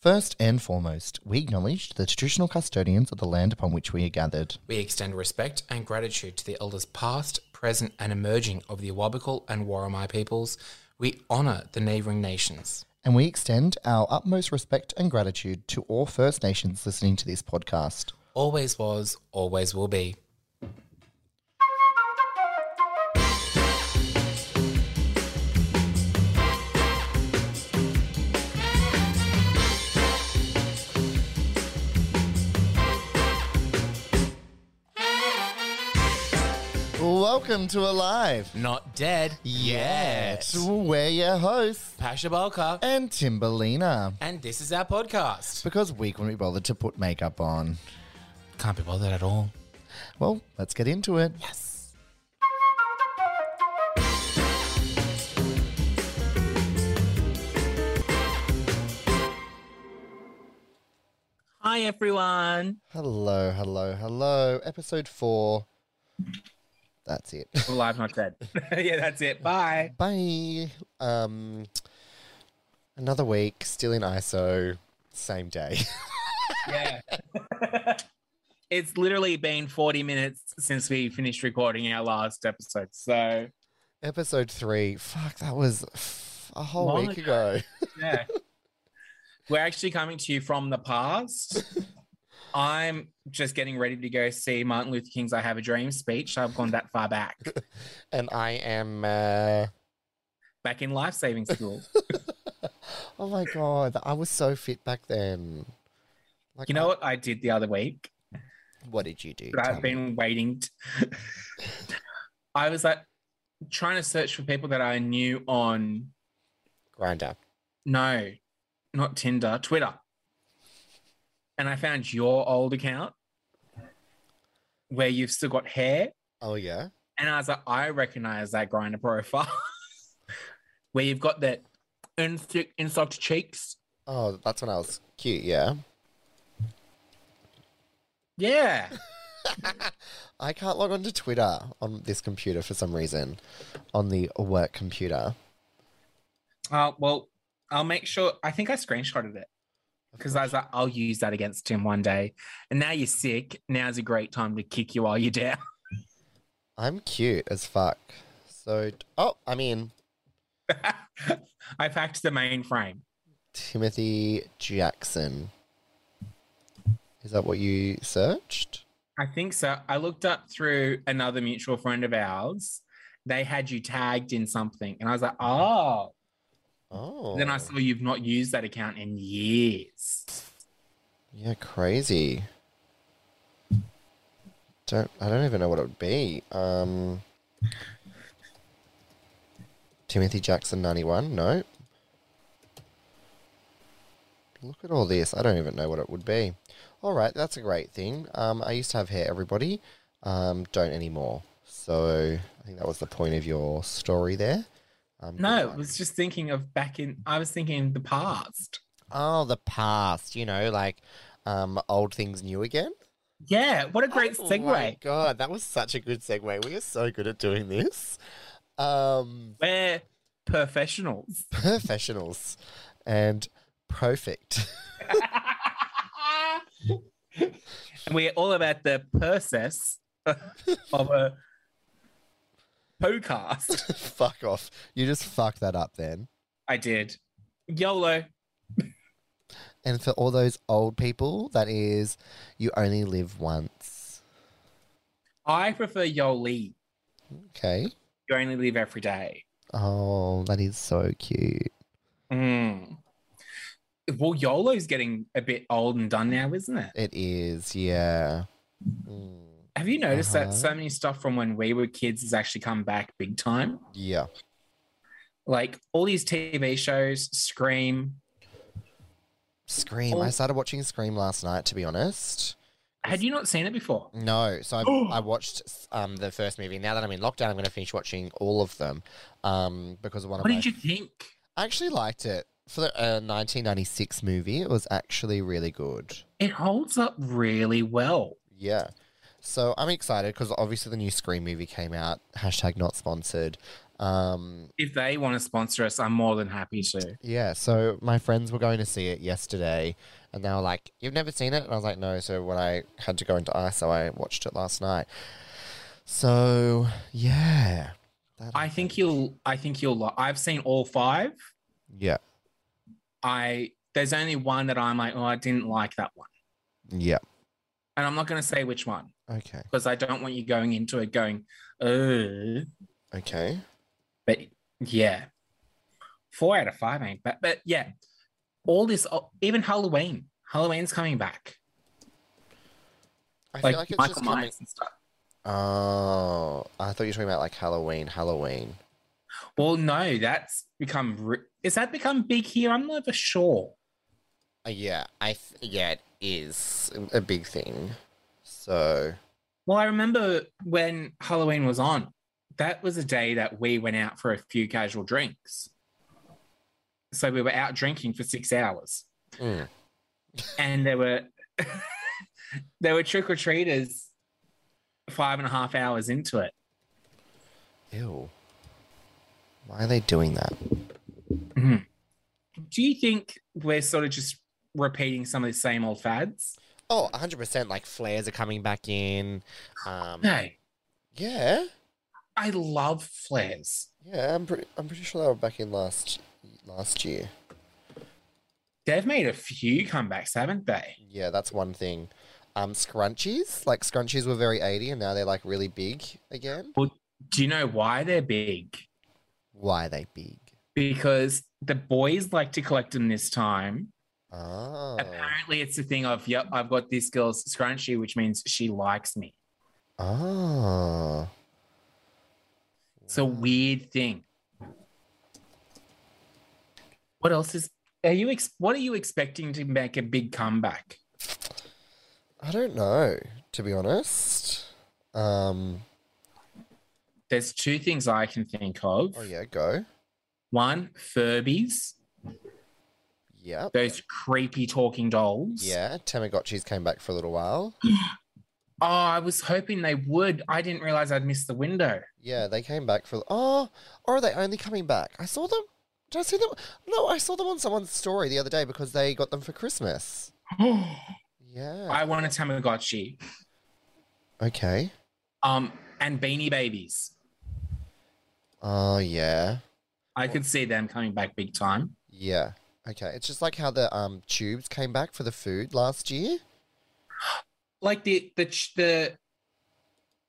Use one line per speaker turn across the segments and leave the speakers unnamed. First and foremost, we acknowledge the traditional custodians of the land upon which we are gathered.
We extend respect and gratitude to the elders past, present, and emerging of the Awabakal and Warramai peoples. We honour the neighbouring nations.
And we extend our utmost respect and gratitude to all First Nations listening to this podcast.
Always was, always will be.
Welcome to Alive
Not dead yet.
We're your hosts
Pasha Balka,
and Timberlina.
and this is our podcast.
Because we couldn't be bothered to put makeup on.
Can't be bothered at all.
Well, let's get into it.
Yes.
Hi, everyone.
Hello, hello, hello. Episode four. That's it.
Alive, not dead. yeah, that's it. Bye.
Bye. Um, another week, still in ISO, same day.
Yeah. it's literally been 40 minutes since we finished recording our last episode. So,
Episode three. Fuck, that was f- a whole
Long
week
ago.
ago.
yeah. We're actually coming to you from the past. I'm just getting ready to go see Martin Luther King's I Have a Dream speech. I've gone that far back,
And I am. Uh...
back in life saving school.
Oh my god, I was so fit back then. Like,
You know what I did the other week?
I- what did you do?
that
Tell
I've
me.
been waiting. T- I was like trying to search for people that I knew on
grinder.
no, not Tinder, Twitter, and I found your old account where you've still got hair,
Oh yeah.
and I was like, I recognize that grinder profile where you've got that insoft insoft cheeks.
Oh, that's when I was cute. Yeah.
Yeah,
I can't log on to Twitter on this computer for some reason, on the work computer.
uh, well, I'll make sure. I think I screenshotted it. Because I was like, I'll use that against him one day. And now you're sick. Now's a great time to kick you while you're down.
I'm cute as fuck. So, oh, I mean,
I've hacked the mainframe.
Timothy Jackson. Is that what you searched?
I think so. I looked up through another mutual friend of ours. They had you tagged in something. And I was like, oh.
Oh.
Then I saw you've not used that account in years.
Yeah, crazy. Don't I don't even know what it would be. Um Timothy Jackson 91, no. Look at all this. I don't even know what it would be. All right, that's a great thing. Um, I used to have hair, everybody. Um, don't anymore. So I think that was the point of your story there. Um, good
No, I
one.
was just thinking of back in, I was thinking the past.
oh the past. You know, like um, old things new again.
Yeah, what a great
Oh my
segue.
god, that was such a good segue. We are so good at doing this. Um,
We're professionals.
professionals and perfect.
and we're all about the process of a podcast.
Fuck off. You just fucked that up then.
I did. YOLO.
And for all those old people, that is, you only live once.
I prefer YOLI.
Okay.
You only live every day.
Oh, that is so cute.
Mm. Well, YOLO's getting a bit old and done now, isn't it?
It is, yeah. Mm,
Have you noticed
Uh-huh.
that so many stuff from when we were kids has actually come back big time?
yeah.
Like all these TV shows, Scream.
Scream.
Oh.
I started watching Scream last night, to be honest.
Had you not seen it before?
No, so I, I watched um, the first movie. Now that I'm in lockdown, I'm going to finish watching all of them um, because one of
What
my
did you think?
I actually liked it for the uh, 1996 movie. It was actually really good.
It holds up really well.
Yeah, so I'm excited because obviously the new Scream movie came out. Hashtag not sponsored. Um,
If they want to sponsor us, I'm more than happy to.
yeah, so my friends were going to see it yesterday, and they were like, "You've never seen it?" And I was like, "No." So when I had to go into ISO, I watched it last night. So yeah, that
I think you'll. I think you'll. Lo- I've seen all five.
yeah,
I there's only one that I'm like, oh, I didn't like that one,
yeah,
and I'm not going to say which one
okay,
because I don't want you going into it going, oh,
okay,
but yeah, four out of five ain't bad. But yeah, all this, oh, even Halloween. Halloween's coming back.
I
Like,
feel like it's
Michael
just coming.
Myers and stuff.
Oh, I thought you were talking about like Halloween, Halloween.
Well, no, that's become. Re- is that become big here? I'm not ever sure.
Uh, yeah, I th- yeah, it is a big thing. So
Well, I remember when Halloween was on, that was a day that we went out for a few casual drinks. So we were out drinking for six hours,
mm,
and there were there were trick or treaters five and a half hours into it.
ew. Why are they doing that?
Do you think we're sort of just repeating some of the same old fads?
Oh, 100% like flares are coming back in. Um,
No,
yeah.
I love flares.
Yeah, I'm pretty I'm pretty sure they were back in last last year.
They've made a few comebacks, haven't they?
Yeah, that's one thing. Um scrunchies, like scrunchies were very 80 and now they're like really big again.
Do you know why they're big?
Why are they big?
Because the boys like to collect them this time.
Oh.
Apparently, it's the thing of, yep, I've got this girl's scrunchie, which means she likes me.
Oh.
It's a weird thing. What else is, are you, ex- what are you expecting to make a big comeback?
I don't know, to be honest. Um
There's two things I can think of.
oh yeah, go.
One, Furbies,
Yep.
those creepy talking dolls.
Yeah, Tamagotchis came back for a little while.
Oh, I was hoping they would. I didn't realize I'd missed the window.
Yeah, they came back for. Oh, or are they only coming back? I saw them. Did I see them? No, I saw them on someone's story the other day because they got them for Christmas. Yeah.
I want a Tamagotchi.
Okay.
Um, and Beanie Babies.
Oh yeah.
I could see them coming back big time.
Yeah. Okay. It's just like how the um tubes came back for the food last year.
Like the the ch- the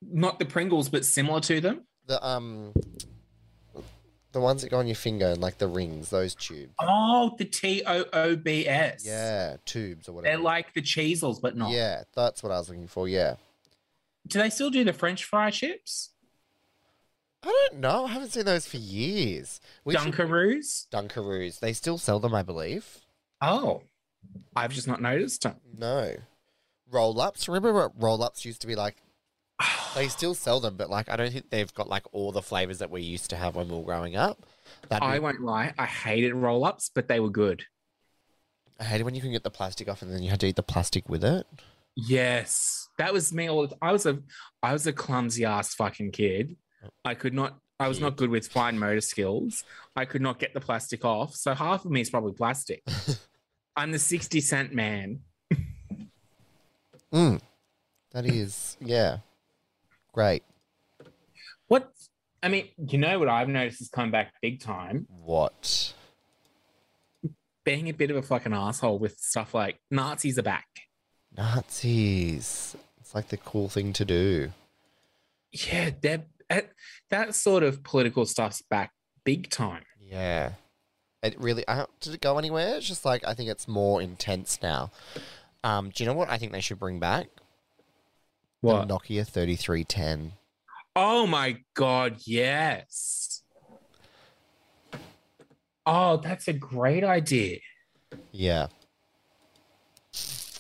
not the Pringles, but similar to them.
The um the ones that go on your finger and like the rings, those tubes.
Oh, the T O O B S.
Yeah, tubes or whatever.
They're like the cheesels, but not.
Yeah, that's what I was looking for. Yeah.
Do they still do the French fry chips?
I don't know. I haven't seen those for years. We should-
Dunkaroos?
Dunkaroos. They still sell them, I believe.
Oh, I've just not noticed them.
No. Roll ups. Remember what roll ups used to be like? They still sell them, but like I don't think they've got like all the flavors that we used to have when we were growing up. That'd be,
I won't lie. I hated roll ups, but they were good.
I hated when you can get the plastic off and then you had to eat the plastic with it.
Yes, that was me. All the I was a, I was a clumsy ass fucking kid. I could not. I was not good with fine motor skills. I could not get the plastic off. So half of me is probably plastic. I'm the sixty cent man.
Mm. That is, yeah, great.
What? I mean, you know what I've noticed is come back big time.
What?
Being a bit of a fucking asshole with stuff like Nazis are back.
Nazis. It's like the cool thing to do.
Yeah, they're that, that sort of political stuff's back big time.
Yeah. It really I, did it go anywhere? It's just like I think it's more intense now. Um, do you know what I think they should bring back?
What?
The Nokia 3310.
Oh my god, yes. Oh, that's a great idea.
Yeah.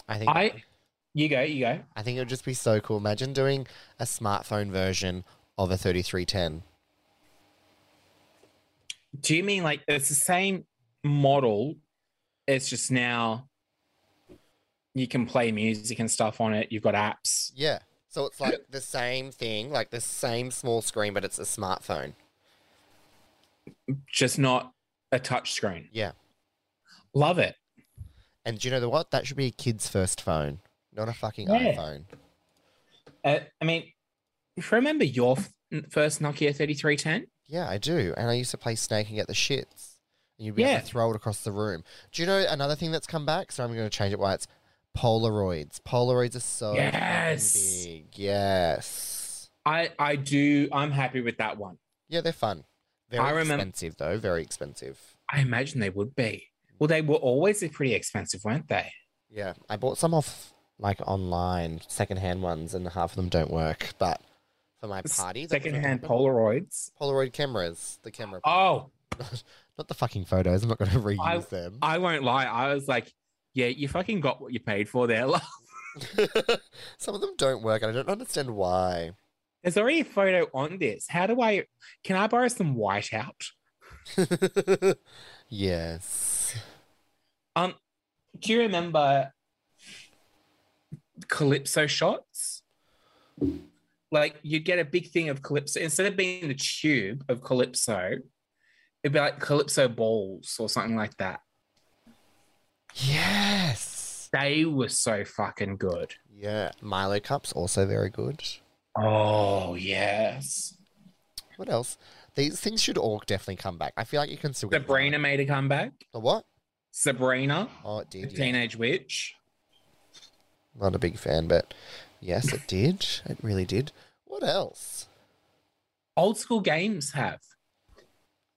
I think I,
I you go, you go.
think it would just be so cool. Imagine doing a smartphone version of a 3310.
Do you mean like it's the same model? It's just now you can play music and stuff on it. You've got apps.
Yeah. So it's like the same thing, like the same small screen, but it's a smartphone.
just not a touch screen.
Yeah.
Love it.
And do you know the what? That should be a kid's first phone, not a fucking
Yeah.
iPhone.
Uh, I mean, if you remember your f- first Nokia 3310?
Yeah, I do. And I used to play Snake and get the shits. And you'd be
Yeah.
able to throw it across the room. Do you know another thing that's come back? So I'm going to change it. Why it's Polaroids. Polaroids are so fucking
Yes.
big. Yes.
I, I do. I'm happy with that one.
Yeah, they're fun. Very
I remem-
expensive though. Very expensive.
I imagine they would be. Well, they were always pretty expensive, weren't they?
Yeah, I bought some off like online secondhand ones, and half of them don't work. But for my party, that was what
Secondhand
happened.
Polaroids.
Polaroid cameras, the camera,
Oh,
not the fucking photos. I'm not going to reuse them.
I won't lie. I was like, yeah, you fucking got what you paid for there. love.
some of them don't work, and I don't understand why.
There's already a photo on this. How do I? Can I borrow some whiteout?
yes.
Do you remember calypso shots? Like you'd get a big thing of calypso instead of being the tube of calypso, it'd be like calypso balls or something like that.
Yes.
They were so fucking good.
Yeah. Milo cups also very good.
Oh yes.
What else? These things should all definitely come back. I feel like you can still get them
Sabrina
back.
made a comeback.
The what?
Sabrina,
Oh, it
the
did. Yeah.
teenage witch.
Not a big fan, but yes, it did. It really did. What else?
Old school games have.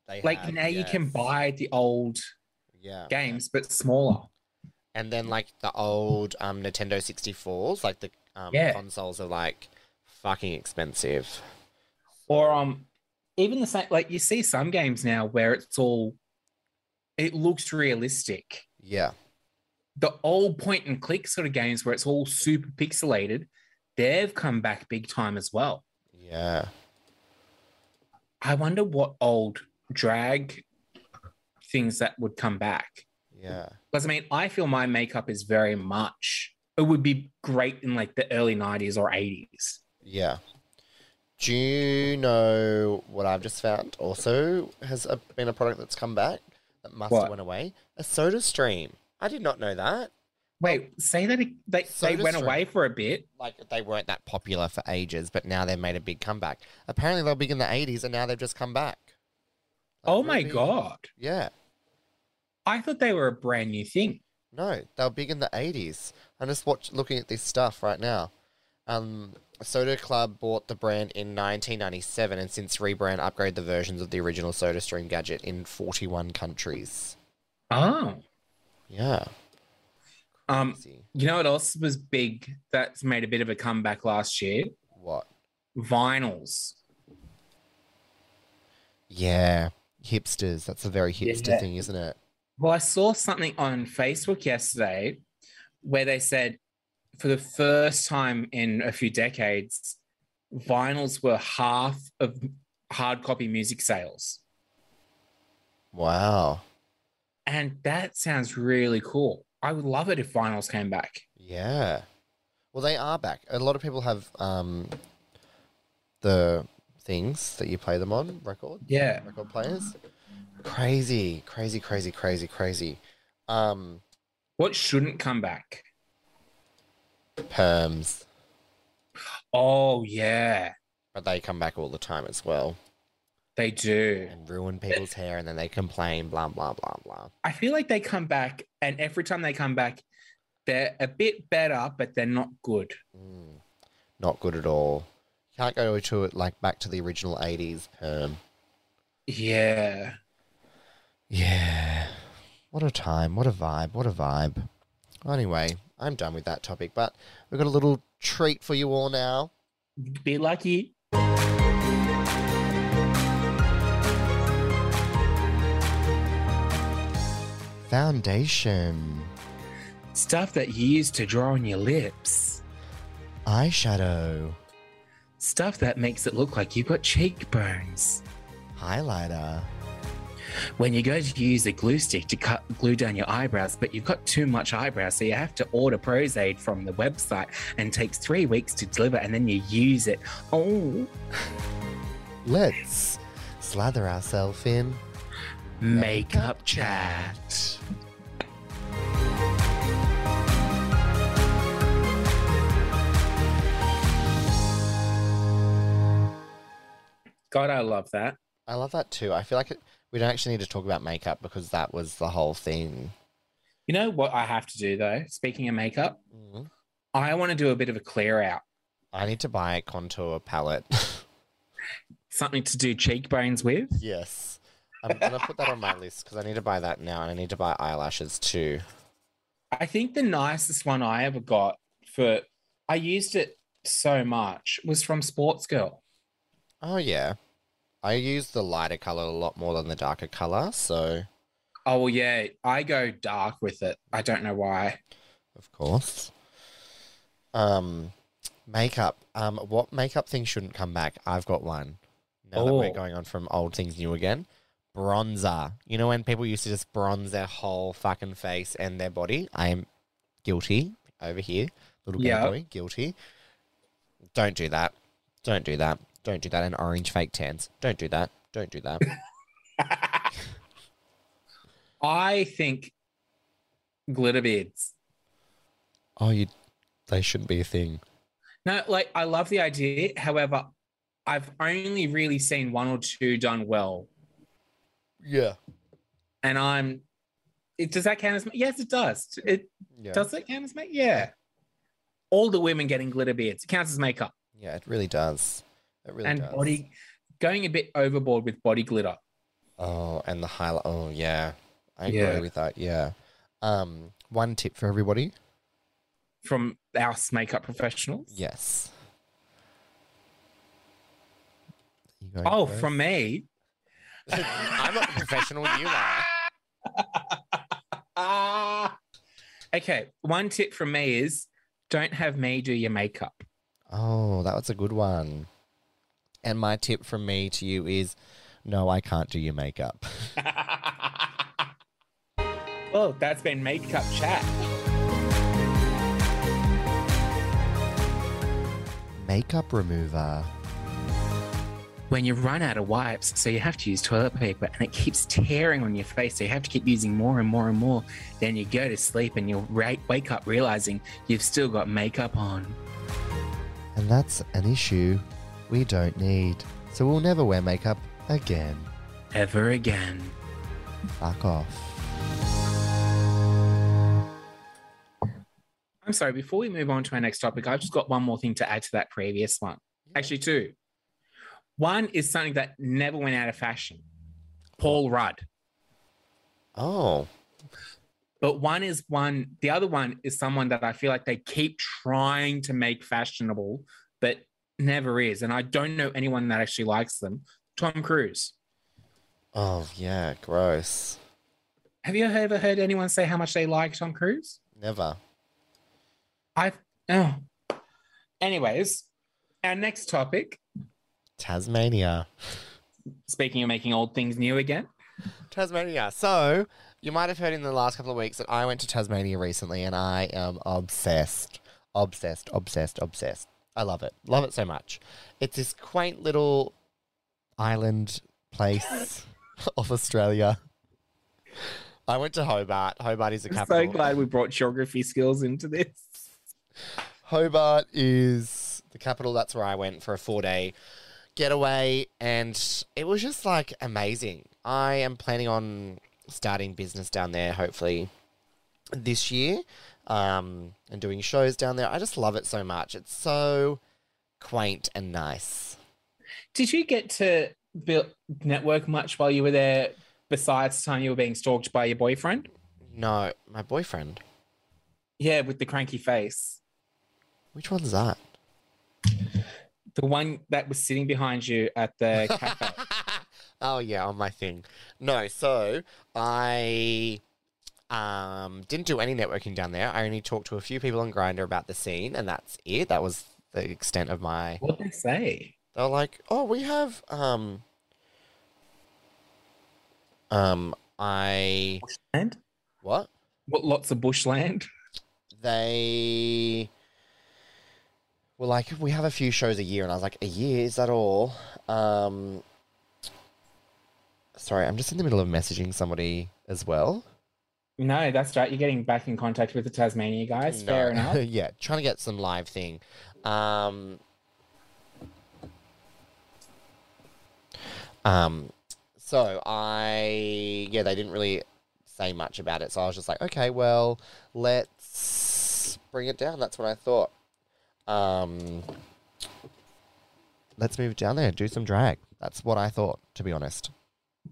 They
Like
had,
now you can
yes.
buy the old
yeah.
games, but smaller.
and then like the old um, Nintendo 64s, like the um,
Yeah.
consoles are like fucking expensive.
or um even the same like you see some games now where it's all it looks realistic
Yeah.
the old point and click sort of games where it's all super pixelated they've come back big time as well
Yeah.
i wonder what old drag things that would come back
Yeah.
because i mean i feel my makeup is very much it would be great in like the early 90s or 80s
Yeah. Do you know what I've just found? Also, has a, been a product that's come back that must
What?
have went away. A Soda Stream. I did not know that.
wait say that it- they, they
Soda
went
Stream.
away for a bit
Like they weren't that popular for ages, but now they've made a big comeback. Apparently, they were big in the '80s, and now they've just come back. Like,
oh
real
my
big.
god
Yeah.
i thought they were a brand new thing
No, they were big in the eighties. I'm just watch, looking at this stuff right now. Um, Soda Club bought the brand in 1997 and since rebrand upgraded the versions of the original Soda Stream gadget in 41 countries.
oh
Yeah.
Um,
crazy.
you know what else was big that's made a bit of a comeback last year?
What?
Vinyls.
Yeah. Hipsters. That's a very hipster
Yeah.
thing, isn't it?
Well, I saw something on Facebook yesterday where they said for the first time in a few decades, vinyls were half of hard copy music sales.
Wow.
And that sounds really cool. I would love it if vinyls came back.
Yeah. Well, they are back. A lot of people have um, the things that you play them on record.
Yeah.
record players. Crazy, crazy, crazy, crazy, crazy. Um,
What shouldn't come back?
perms,
Oh, yeah,
but they come back all the time as well
they do.
and ruin people's hair, and then they complain, blah blah blah blah.
I feel like they come back, and every time they come back, they're a bit better, but they're not good.
Mm, not good at all. Can't go to it like back to the original '80s perm.
Yeah.
Yeah. What a time. What a vibe. What a vibe. Anyway, I'm done with that topic, but we've got a little treat for you all now.
Be lucky.
Foundation,
Stuff that you use to draw on your lips.
eyeshadow,
Stuff that makes it look like you've got cheekbones.
highlighter.
When you go to use a glue stick to cut glue down your eyebrows, but you've got too much eyebrows, so you have to order Prozaid from the website and takes three weeks to deliver and then you use it. Oh,
Let's slather ourselves in.
Makeup chat. God, I love that.
I love that too. I feel like it, we don't actually need to talk about makeup because that was the whole thing.
You know what I have to do though? Speaking of makeup,
Mhm.
I want to do a bit of a clear out.
I need to buy a contour palette.
Something to do cheekbones with.
yes. I'm going to put that on my list because I need to buy that now and I need to buy eyelashes too.
I think the nicest one I ever got for I used it so much was from Sports Girl.
Oh, yeah. I use the lighter color a lot more than the darker color. So,
Oh well, yeah, I go dark with it. I don't know why.
of course. Um, makeup. Um, what makeup thing shouldn't come back? I've got one. Now that
Oh.
we're going on from old things new again, bronzer. You know when people used to just bronze their whole fucking face and their body? I am guilty over here, little gay
Yeah.
boy, guilty. Don't do that. Don't do that. Don't do that. And orange fake tans. Don't do that. Don't do that.
I think glitter beads.
oh, you. They shouldn't be a thing.
No, like I love the idea. However, I've only really seen one or two done well,
Yeah.
and I'm. It, does that count as? ma- Yes, it does. It
Yeah.
does. It count as makeup. Yeah. All the women getting glitter beads it counts as makeup
Yeah, it really does. It really
and
does.
body going a bit overboard with body glitter.
Oh, and the highlight. Oh, yeah. I agree
Yeah.
with that. Yeah. Um, one tip for everybody.
from our makeup professionals.
Yes. You going
Oh,
first?
from me.
I'm not the professional. You are.
Ah. Okay. One tip from me is don't have me do your makeup.
Oh, that was a good one. And my tip from me to you is, no, I can't do your makeup.
well, that's been makeup chat.
makeup remover.
When you run out of wipes, so you have to use toilet paper and it keeps tearing on your face, so you have to keep using more and more and more. Then you go to sleep and you'll ra- wake up realizing you've still got makeup on.
And that's an issue we don't need. So we'll never wear makeup again.
Ever again.
Fuck off.
I'm sorry, before we move on to our next topic, I've just got one more thing to add to that previous one. Actually, two. One is something that never went out of fashion Paul Rudd.
Oh.
But one is one, the other one is someone that I feel like they keep trying to make fashionable, but never is. And I don't know anyone that actually likes them. Tom Cruise.
Oh yeah, gross.
Have you ever heard anyone say how much they like Tom Cruise?
Never.
I've, oh. Anyways, our next topic,
Tasmania.
speaking of making old things new again.
Tasmania. So you might have heard in the last couple of weeks that I went to Tasmania recently, and I am obsessed, obsessed, obsessed, obsessed. I love it. Love it so much. It's this quaint little island place of Australia. I went to Hobart. Hobart is the
I'm
capital.
so glad we brought geography skills into this.
Hobart is the capital. That's where I went for a four day getaway. And it was just like amazing. I am planning on starting business down there, hopefully, this year um, and doing shows down there. I just love it so much. It's so quaint and nice.
Did you get to build network much while you were there? Besides the time you were being stalked by your boyfriend?
No, my boyfriend.
Yeah, with the cranky face.
Which one's that?
The one that was sitting behind you at the cafe.
oh yeah, on my thing. No, so I um didn't do any networking down there. I only talked to a few people on Grinder about the scene, and that's it. That was the extent of my.
What did they say?
They were like, "Oh, we have um um I
And
what
what lots of bushland?
they." were like we have a few shows a year, and I was like, a year is that all? Um, Sorry, I'm just in the middle of messaging somebody as well.
No, that's right. You're getting back in contact with the Tasmania guys. Fair
No.
enough.
yeah, trying to get some live thing. Um, um, so I yeah, they didn't really say much about it, so I was just like, okay, well, let's bring it down. That's what I thought. Um, let's move down there, do some drag. That's what I thought, to be honest.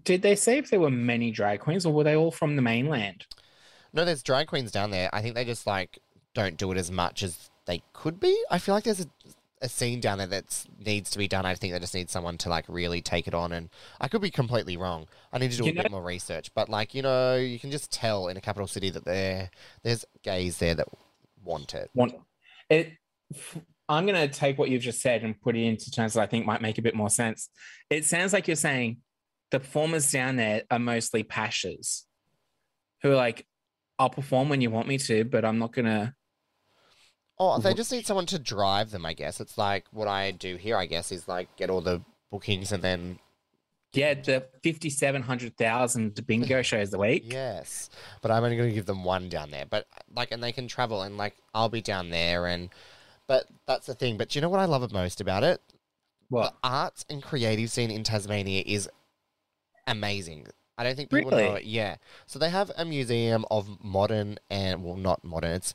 Did they say if there were many drag queens or were they all from the mainland?
No, there's drag queens down there. I think they just like don't do it as much as they could be. I feel like there's a, a scene down there that needs to be done. I think they just need someone to like really take it on. And I could be completely wrong. I need to do
You
a
know-
bit more research. But like you know, you can just tell in a capital city that there there's gays there that want it.
Want it? f- I'm going to take what you've just said and put it into terms that I think might make a bit more sense. It sounds like you're saying the performers down there are mostly pashas who are like, I'll perform when you want me to, but I'm not going to.
Oh, they
Wh-
just need someone to drive them. I guess it's like what I do here. I guess is like get all the bookings and then
Yeah, the 5,700,000 bingo shows a week.
Yes, but I'm only going to give them one down there. But like, and they can travel, and like, I'll be down there, and but that's the thing. But do you know what I love it most about it?
What?
The arts and creative scene in Tasmania is amazing. I don't think people know
Really?
it. Yeah, so they have a museum of modern and well, not modern. It's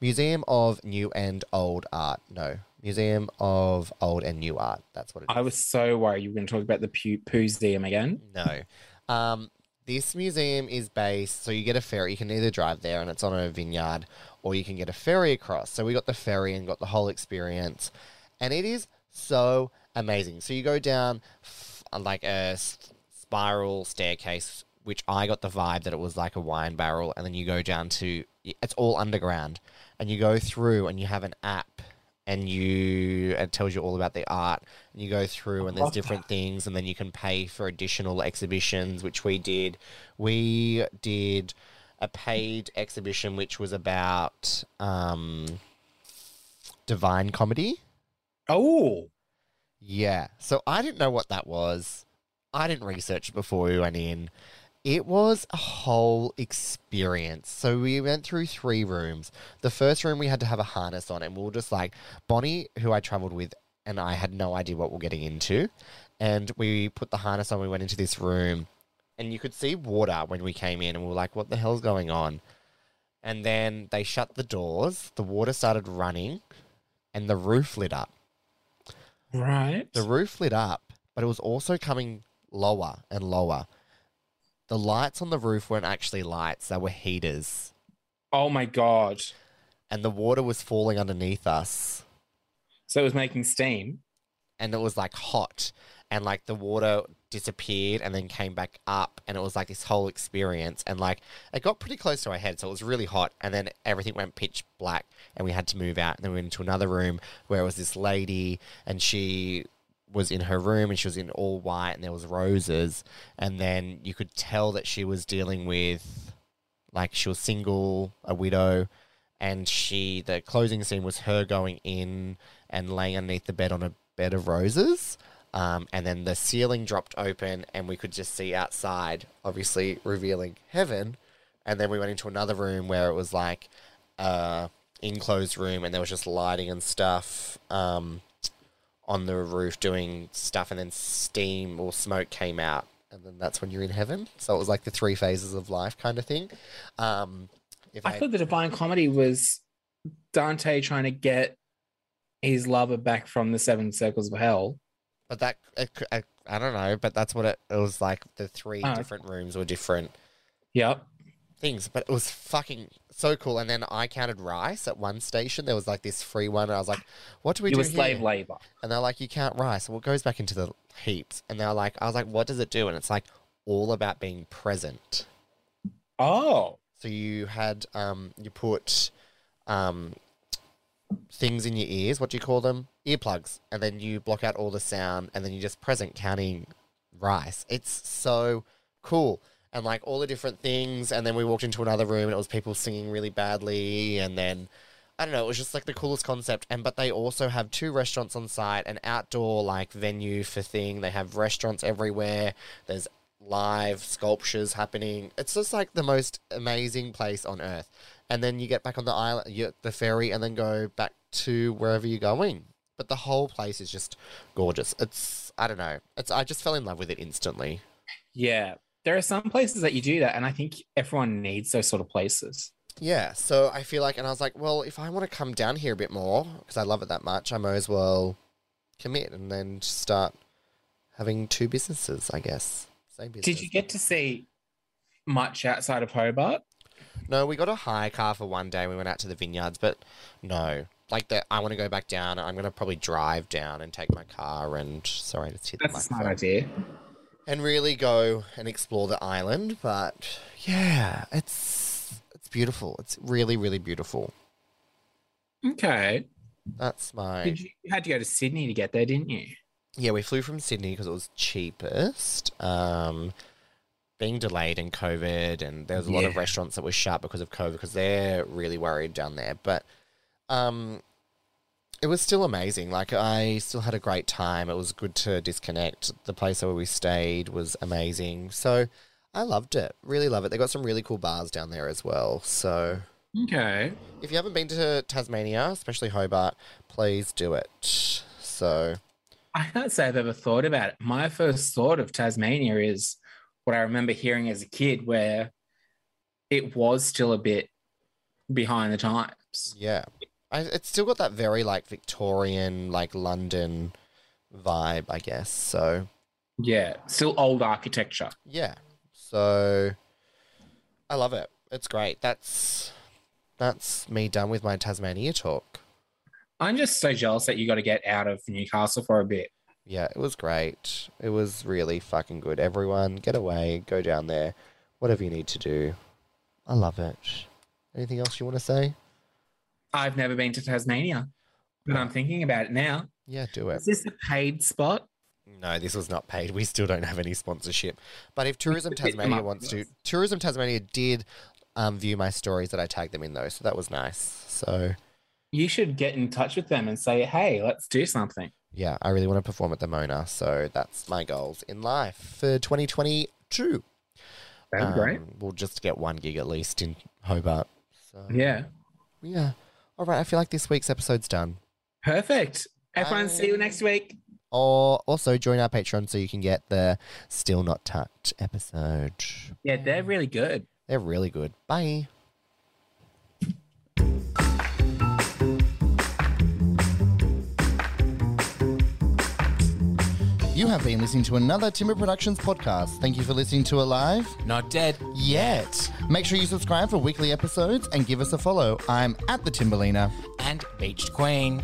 museum of new and old art. No, museum of old and new art. That's what it is.
I was so worried you were going to talk about the Poo Pooseum again.
No. Um, this museum is based, so you get a ferry. You can either drive there and it's on a vineyard, or you can get a ferry across. So we got the ferry and got the whole experience. And it is so amazing. So you go down f- like a s- spiral staircase, which I got the vibe that it was like a wine barrel. And then you go down to, it's all underground. And you go through and you have an app and you it tells you all about the art and you go through and there's
love
different things and then you can pay for additional exhibitions which we did we did a paid exhibition which was about um divine comedy
Oh,
yeah so i didn't know what that was i didn't research it before we went in it was a whole experience. So we went through three rooms. The first room we had to have a harness on, and we were just like Bonnie, who I traveled with, and I had no idea what we're getting into. And we put the harness on. We went into this room, and you could see water when we came in, and we were like, "What the hell's going on?" And then they shut the doors. The water started running, and the roof lit up.
right.
The roof lit up, but it was also coming lower and lower. The lights on the roof weren't actually lights, they were heaters.
Oh my God.
And the water was falling underneath us.
So it was making steam.
And it was like hot. And like the water disappeared and then came back up. And it was like this whole experience. And like it got pretty close to our head. So it was really hot. And then everything went pitch black. And we had to move out. And then we went into another room where it was this lady. And she was in her room and she was in all white and there was roses and then you could tell that she was dealing with like she was single a widow and she the closing scene was her going in and laying underneath the bed on a bed of roses um, and then the ceiling dropped open and we could just see outside obviously revealing heaven and then we went into another room where it was like uh enclosed room and there was just lighting and stuff um on the roof doing stuff, and then steam or smoke came out, and then that's when you're in heaven. So it was like the three phases of life kind of thing. Um, if I,
I thought the Divine Comedy was Dante trying to get his lover back from the seven circles of hell.
but that it, c- I, I don't know, but that's what it, it was like. The three
Oh.
different rooms were different
Yep.
things, but it was fucking so cool. And then I counted rice at one station. There was like this free one. And I was like, "What do we
it
do?"
was slave
here?
labor.
And they're like, you count rice. Well, it goes back into the heaps. And they're like, I was like, what does it do? And it's like all about being present.
Oh,
So you had um you put um things in your ears, what do you call them? Earplugs. And then you block out all the sound and then you just present counting rice. It's so cool. And like all the different things and then we walked into another room and it was people singing really badly and then I don't know, it was just like the coolest concept and but they also have two restaurants on site, an outdoor like venue for thing. They have restaurants everywhere. There's live sculptures happening. It's just like the most amazing place on earth. And then you get back on the island, you the ferry, and then go back to wherever you're going. But the whole place is just gorgeous. It's I don't know. It's I just fell in love with it instantly.
Yeah. There are some places that you do that, and I think everyone needs those sort of places.
Yeah, so I feel like, and I was like, well, if I want to come down here a bit more because I love it that much, I may as well commit and then just start having two businesses, I guess. Same business.
Did you get to see much outside of Hobart?
No, we got a hire car for one day. We went out to the vineyards, but no, like that. I want to go back down. I'm gonna probably drive down and take my car and sorry, I just hit
That's a
the
smart
microphone
idea.
and really go and explore the island. But yeah, it's it's beautiful. It's really really beautiful.
Okay.
That's my
Did you, you had to go to Sydney to get there, didn't you?
yeah, we flew from Sydney because it was cheapest. Um, being delayed and COVID, and there was a lot of
Yeah.
restaurants that were shut because of COVID because they're really worried down there. But um, it was still amazing. Like I still had a great time. It was good to disconnect. The place where we stayed was amazing. So I loved it. Really love it. They got some really cool bars down there as well. So
Okay.
if you haven't been to Tasmania, especially Hobart, please do it. So
I can't say I've ever thought about it. My first thought of Tasmania is what I remember hearing as a kid, where it was still a bit behind the times.
Yeah. I, it's still got that very like Victorian, like London vibe, I guess. So,
Yeah, still old architecture.
yeah. So I love it. It's great. That's that's me done with my Tasmania talk.
I'm just so jealous that you got to get out of Newcastle for a bit.
Yeah, it was great. It was really fucking good. Everyone, get away, go down there, whatever you need to do. I love it. Anything else you want to say?
I've never been to Tasmania, but I'm thinking about it now.
Yeah, do it.
Is this a paid spot?
No, this was not paid. We still don't have any sponsorship. But if Tourism
Hit them
Tasmania
up,
wants to,
yes.
Tourism Tasmania did um, view my stories that I tagged them in though, so that was nice. So
You should get in touch with them and say, hey, let's do something.
yeah, I really want to perform at the Mona, so that's my goals in life for 2022.
That'd be
Um,
great.
We'll just get one gig at least in Hobart. So
Yeah.
yeah. All right, I feel like this week's episode's done.
Perfect. Everyone, see you next week.
Or also join our Patreon so you can get the Still Not Touched episode.
Yeah, they're really good.
They're really good. Bye. You have been listening to another Timber Productions podcast. Thank you for listening to Alive
Not dead.
Yet. Make sure you subscribe for weekly episodes and give us a follow. I'm at the Timberlina.
And beached queen.